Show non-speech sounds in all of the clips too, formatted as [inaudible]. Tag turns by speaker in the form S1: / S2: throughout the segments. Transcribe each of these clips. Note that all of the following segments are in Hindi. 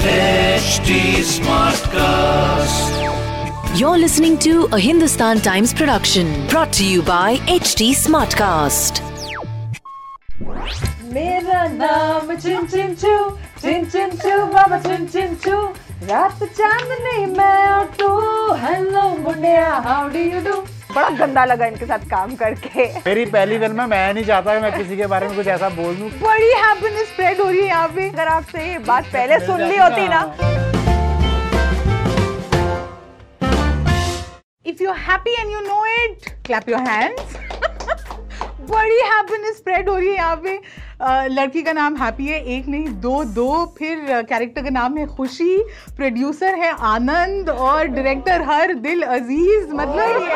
S1: HD Smartcast.
S2: You're listening to a Hindustan Times production brought to you by HT Smartcast.
S3: मेरा नाम चिन चिन चू चिन चिन चू बाबा चिन चिन चू रात चांदनी मैं और तू हेलो मुंडिया हाउ डू यू डू बड़ा गंदा लगा इनके साथ काम करके
S4: मेरी पहली फिल्म है मैं नहीं चाहता कि मैं किसी के बारे में कुछ ऐसा बोल दूं
S3: बड़ी हैप्पीनेस स्प्रेड हो रही है यहाँ पे अगर आपसे ये बात पहले सुन ली होती ना if you happy and you know it clap your hands [laughs] बड़ी हैप्पीनेस स्प्रेड हो रही है यहाँ पे अ, लड़की का नाम हैप्पी है एक नहीं दो दो फिर कैरेक्टर का नाम है खुशी प्रोड्यूसर है आनंद और डायरेक्टर हर दिल अजीज मतलब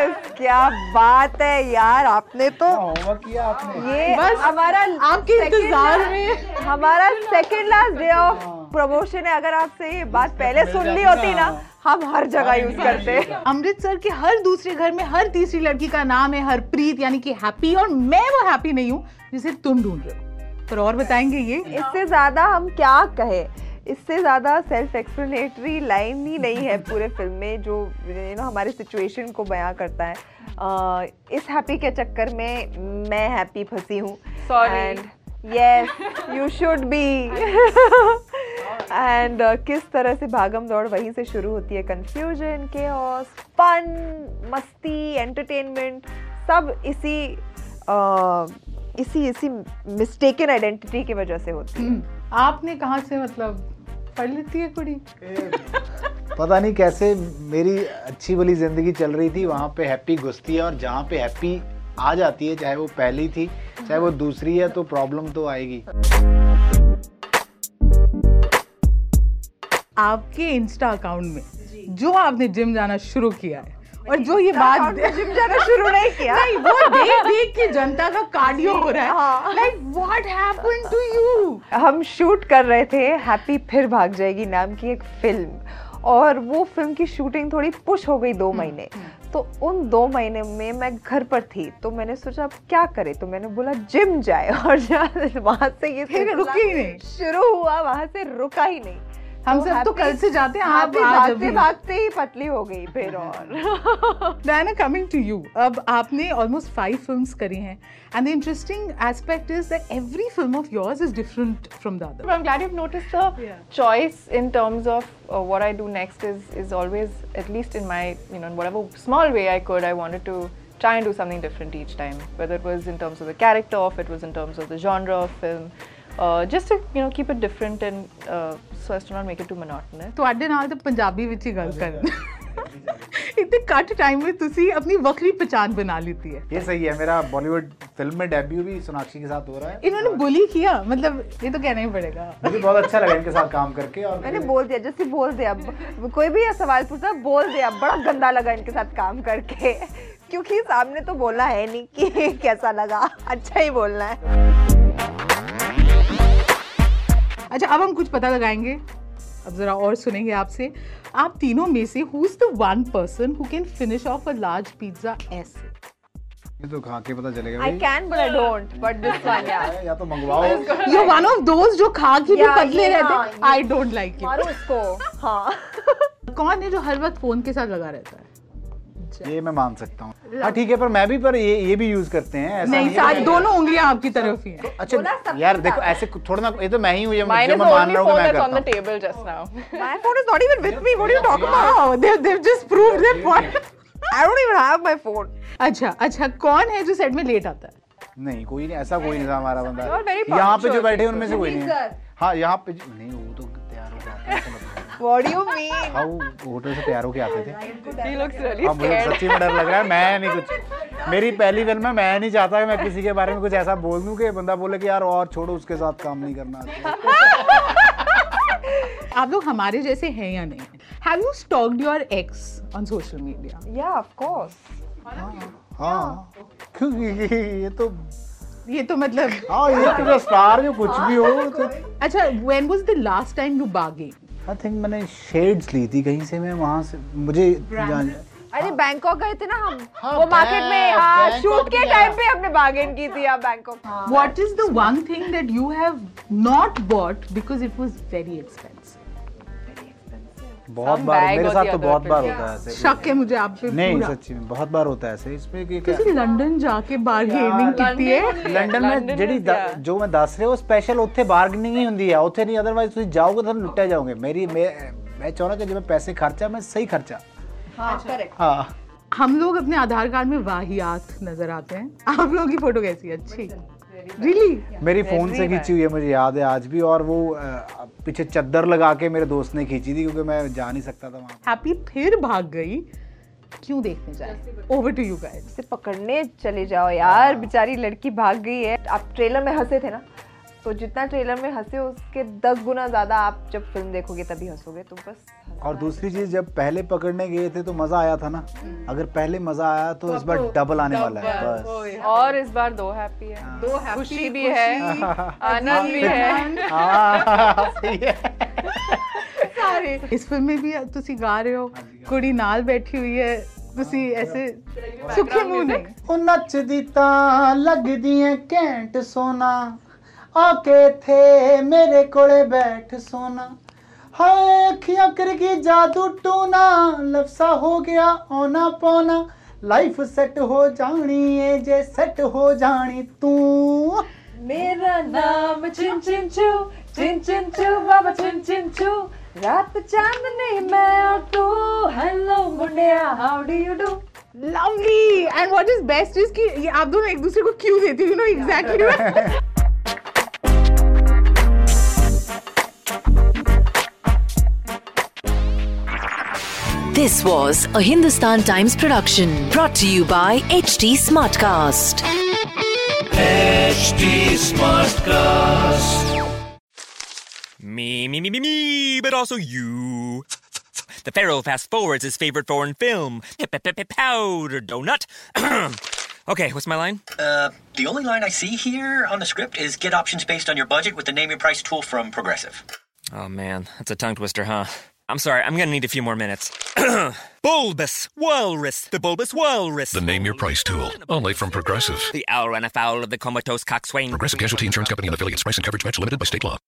S5: Oh.
S3: यस क्या बात है यार आपने तो
S4: होमवर्क किया आपने
S5: ये
S3: बस
S5: हमारा
S3: आपके
S5: second
S3: इंतजार
S5: last-
S3: में
S5: हमारा second last day of promotion है अगर आपसे ये बात पहले
S4: मिल
S5: सुन ली
S4: जाती
S5: होती
S4: ना।
S5: ना हम हर जगह यूज करते
S3: अमृतसर के हर दूसरे घर में हर तीसरी लड़की का नाम है हरप्रीत यानी कि हैप्पी और मैं वो हैप्पी नहीं हूँ जिसे तुम ढूंढ रहे हो पर और बताएंगे ये
S5: इससे ज्यादा हम क्या कहे इससे ज्यादा सेल्फ एक्सप्लेनेटरी लाइन ही नहीं है पूरे फिल्म में जो यू नो हमारे सिचुएशन को बयां करता है अह, इस हैप्पी के चक्कर में मैं हैप्पी फंसी हूँ sorry yes you should be and uh, किस तरह से भागम दौड़ वहीं से शुरू होती है कंफ्यूजन के और फन मस्ती एंटरटेनमेंट सब इसी अह, इसी इसी मिस्टेकन आइडेंटिटी की वजह से होती है
S3: आपने कहा से मतलब पढ़ लेती है कुड़ी
S4: पता नहीं कैसे मेरी अच्छी भली जिंदगी चल रही थी वहाँ पे हैप्पी घुसती है और जहाँ पे हैप्पी आ जाती है चाहे वो पहली थी चाहे वो दूसरी है तो प्रॉब्लम तो आएगी
S3: आपके इंस्टा अकाउंट में जो आपने जिम जाना शुरू किया है और जो ये बात
S5: जिम जाना शुरू नहीं किया
S3: [laughs] नहीं वो देख देख के जनता का कार्डियो हो रहा है
S5: हाँ।
S3: Like what happened to
S5: [laughs]
S3: you
S5: हम शूट कर रहे थे हैप्पी फिर भाग जाएगी नाम की एक फिल्म और वो फिल्म की शूटिंग थोड़ी पुश हो गई दो महीने तो उन दो महीने में मैं घर पर थी तो मैंने सोचा अब क्या करें तो मैंने बोला जिम जाए [laughs] और जा- वहाँ से ये
S3: फिर
S5: सिलसिला
S3: रुकी ही नहीं।
S5: शुरू हुआ वहाँ से रुका ही नहीं
S3: हम सब तो
S5: happy-
S3: कल से जाते हैं आप
S5: happy
S3: आज
S5: भागते
S3: अभी
S5: भागते ही पतली हो गई फिर
S6: [laughs]
S5: और
S3: डायना कमिंग टू यू अब आपने ऑलमोस्ट फाइव फिल्म्स करी हैं and the interesting aspect is that every film of yours is different from the other
S6: I'm glad you've noticed the choice in terms of uh, what I do next is is always at least in my you know in whatever small way I could I wanted to try and do something different each time whether it was in terms of the character of it was in terms of the genre of film uh, just to you know keep it different and uh, so as to not make it too monotonous
S3: ਤੁਹਾਡੇ ਨਾਲ ਤਾਂ ਪੰਜਾਬੀ ਵਿੱਚ ਹੀ ਗੱਲ ਕਰਨ [laughs] ਇਤਨੇ ਘੱਟ ਟਾਈਮ ਵਿੱਚ ਤੁਸੀਂ ਆਪਣੀ ਵੱਖਰੀ ਪਛਾਣ ਬਣਾ ਲਈਤੀ ਹੈ
S4: ये सही है मेरा बॉलीवुड फिल्म में डेब्यू भी सोनाक्षी के साथ हो रहा है
S3: इन्होंने बुली किया मतलब ये तो कहना ही पड़ेगा
S4: मुझे बहुत अच्छा लगा इनके साथ काम करके और
S5: मैंने बोल दिया जैसे बोल दिया अब कोई भी ये सवाल पूछता बोल दिया बड़ा गंदा लगा इनके साथ काम करके क्योंकि सामने तो बोला है नहीं कि [laughs] कैसा लगा अच्छा ही बोलना है
S3: अच्छा अब हम कुछ पता लगाएंगे अब जरा और सुनेंगे आपसे आप तीनों में से who is the one person who can finish off a large pizza ऐसे
S4: ये तो खा के पता चलेगा
S5: आई
S4: भाई
S5: can but I don't but this one या
S4: या तो मंगवाओ
S3: यू वन ऑफ दोज जो खा के भी
S5: Yeah,
S3: पतले
S5: yeah,
S3: रहते आई डोंट लाइक
S5: मारो उसको हाँ
S3: यू कौन है जो हर वक्त फोन के साथ लगा रहता है
S4: ये मैं मान सकता हूँ हाँ ठीक है पर मैं भी पर ये ये भी यूज करते हैं ऐसा
S3: नहीं
S4: नहीं है
S3: साथ दोनों उंगलियां आपकी तरफ ही हैं
S5: बोला
S4: अच्छा
S5: सबके
S4: यार
S5: साथ।
S4: देखो ऐसे कुछ- थोड़ा ना ये तो मैं ही हूँ ये
S6: mine
S4: जो
S6: is
S4: मैं
S6: the
S4: मान
S6: only
S4: रहा हूँ
S6: phone
S4: कि मैं
S6: that's on
S4: करता
S6: the
S4: हूँ
S6: table just now
S5: my phone is not even with me what you talk about
S3: Wow, they've, they've just proved their point. [laughs]
S5: I don't even have my phone
S3: अच्छा अच्छा कौन है जो सेट में लेट आता है
S4: नहीं कोई नहीं ऐसा कोई नहीं था हमारा बंदा
S5: all very
S4: यहाँ पे जो
S5: punctual
S4: बैठे हैं उनमें से कोई नहीं
S5: people.
S4: है हाँ यहाँ पे जो- नहीं वो तो तैयार हो जाते हैं, ऐसा मत करो।
S5: What do you mean?
S4: खाओ होटल से तैयार होके आते थे
S6: He looks really
S4: अब मुझे
S6: scared.
S4: सच्ची में डर लग रहा है मैं नहीं कुछ मेरी पहली फिल्म है मैं नहीं चाहता कि मैं किसी के बारे में कुछ ऐसा बोल दूं कि बंदा बोले कि यार और छोड़ो उसके साथ काम नहीं
S6: [laughs]
S4: करना
S3: आप लोग हमारे जैसे हैं या नहीं have you stalked your ex on social media
S5: Yeah, of course.
S4: हाँ [laughs] क्योंकि ये तो
S3: ये तो मतलब
S4: हाँ ये तो स्टार जो कुछ भी हो तो
S3: अच्छा when was the last time you bargain
S4: I think मैंने शेड्स ली थी कहीं से मैं वहाँ से मुझे जान
S6: हाँ।
S5: अरे बैंकॉक गए थे ना हम वो मार्केट में हाँ शूट के टाइम पे हमने बार्गेन की थी हाँ, आप बैंकॉक
S4: हाँ।
S3: What is the one thing that you have not bought because it was very expensive
S4: बहुत
S6: Some
S4: बार
S6: bag
S4: मेरे
S6: or
S4: साथ
S6: the
S4: तो
S6: other
S4: बहुत बार
S6: thing.
S4: होता है ऐसे
S3: शक है मुझे आप पे
S4: नहीं
S3: पूरा तो
S4: सच्ची में बहुत बार होता है ऐसे इसमें कि क्या
S3: ਤੁਸੀਂ ਲੰਡਨ ਜਾ ਕੇ ਬਾਰਗੇਨਿੰਗ ਕੀਤੀ ਹੈ
S4: ਲੰਡਨ ਵਿੱਚ ਜਿਹੜੀ ਦ- ਜੋ ਮੈਂ ਦੱਸ ਰਿਹਾ ਉਹ ਸਪੈਸ਼ਲ ਉੱਥੇ ਬਾਰਗਨਿੰਗ ਹੀ ਹੁੰਦੀ ਹੈ ਉੱਥੇ ਨਹੀਂ ਅਦਰਵਾਇਜ਼ ਤੁਸੀਂ ਜਾਓਗੇ ਤਾਂ ਲੁੱਟੇ ਜਾਓਗੇ ਮੇਰੀ ਮੈਂ ਮੈਂ ਚਾਹੁੰਦਾ ਕਿ ਜੇ ਮੈਂ ਪੈਸੇ ਖਰਚਾ ਮੈਂ ਸਹੀ ਖਰਚਾ हाँ
S3: हम लोग अपने आधार कार्ड में वाहियात नजर आते हैं आप लोगों की फोटो कैसी है अच्छी रियली
S4: मेरी फोन से खींची हुई है मुझे याद है आज भी और वो अ, पीछे चद्दर लगा के मेरे दोस्त ने खींची थी क्योंकि मैं जा नहीं सकता था वहाँ
S3: हैप्पी फिर भाग गई क्यों देखने जाए ओवर टू यू गाइस
S5: से पकड़ने चले जाओ यार
S6: हाँ।
S5: बेचारी लड़की भाग गई है आप ट्रेलर में हंसे थे ना तो जितना ट्रेलर में हंसे उसके दस गुना ज्यादा आप जब फिल्म देखोगे तभी हंसोगे तो बस
S4: और दूसरी चीज जब पहले पकड़ने गए थे तो मजा आया था ना अगर पहले मजा आया तो इस बार डबल आने वाला है बस
S6: और इस बार दो हैप्पी है
S3: दो हैप्पी
S6: खुशी तो भी है
S3: हाँ,
S6: आनंद भी है
S4: हाँ, [laughs] सही है
S3: सारे इस फिल्म में भी ਤੁਸੀਂ ਗਾ ਰਹੇ ਹੋ ਕੁੜੀ ਨਾਲ ਬੈਠੀ ਹੋਈ ਹੈ ਤੁਸੀਂ ਐਸੇ ਸੁੱਖੇ ਮੂੰਹ ਨੇ
S4: ਉਹ ਨੱਚਦੀ ਤਾਂ ਲੱਗਦੀ ਐ ਘੈਂਟ ਸੋਨਾ ਆ ਕੇ ਥੇ ਮੇਰੇ ਕੋਲੇ ਬੈਠ ਸੋਨਾ ਹਾਏ ਅੱਖੀਆਂ ਕਰ ਗਈ ਜਾਦੂ ਟੂਨਾ ਲਫਸਾ ਹੋ ਗਿਆ ਆਉਣਾ ਪਾਉਣਾ ਲਾਈਫ ਸੈੱਟ ਹੋ ਜਾਣੀ ਏ ਜੇ ਸੈੱਟ ਹੋ ਜਾਣੀ ਤੂੰ
S5: मेरा नाम चिन चिन चू चिन चिन चू बाबा चिन चिन चू रात चांदनी मैं और तू हेलो मुंडिया how do you do
S3: lovely and what is best is कि ये आप दोनों एक दूसरे को क्यू देते हो you know exactly
S2: This was a Hindustan Times production brought to you by HT Smartcast.
S1: HD Smartcast.
S7: Me, me, me, me, me, but also you. The Pharaoh fast forwards his favorite foreign film, Powder Donut. [clears throat] okay, what's my line?
S8: Uh, the only line I see here on the script is get options based on your budget with the name your price tool from Progressive.
S7: Oh man, that's a tongue twister, huh? I'm sorry, I'm gonna need a few more minutes. [clears throat] bulbous Walrus, the Bulbous Walrus.
S9: The Name Your Price tool, only from Progressive.
S7: The owl ran afoul of the comatose coxswain.
S9: Progressive Casualty Insurance Company and affiliates. Price and coverage match limited by state law.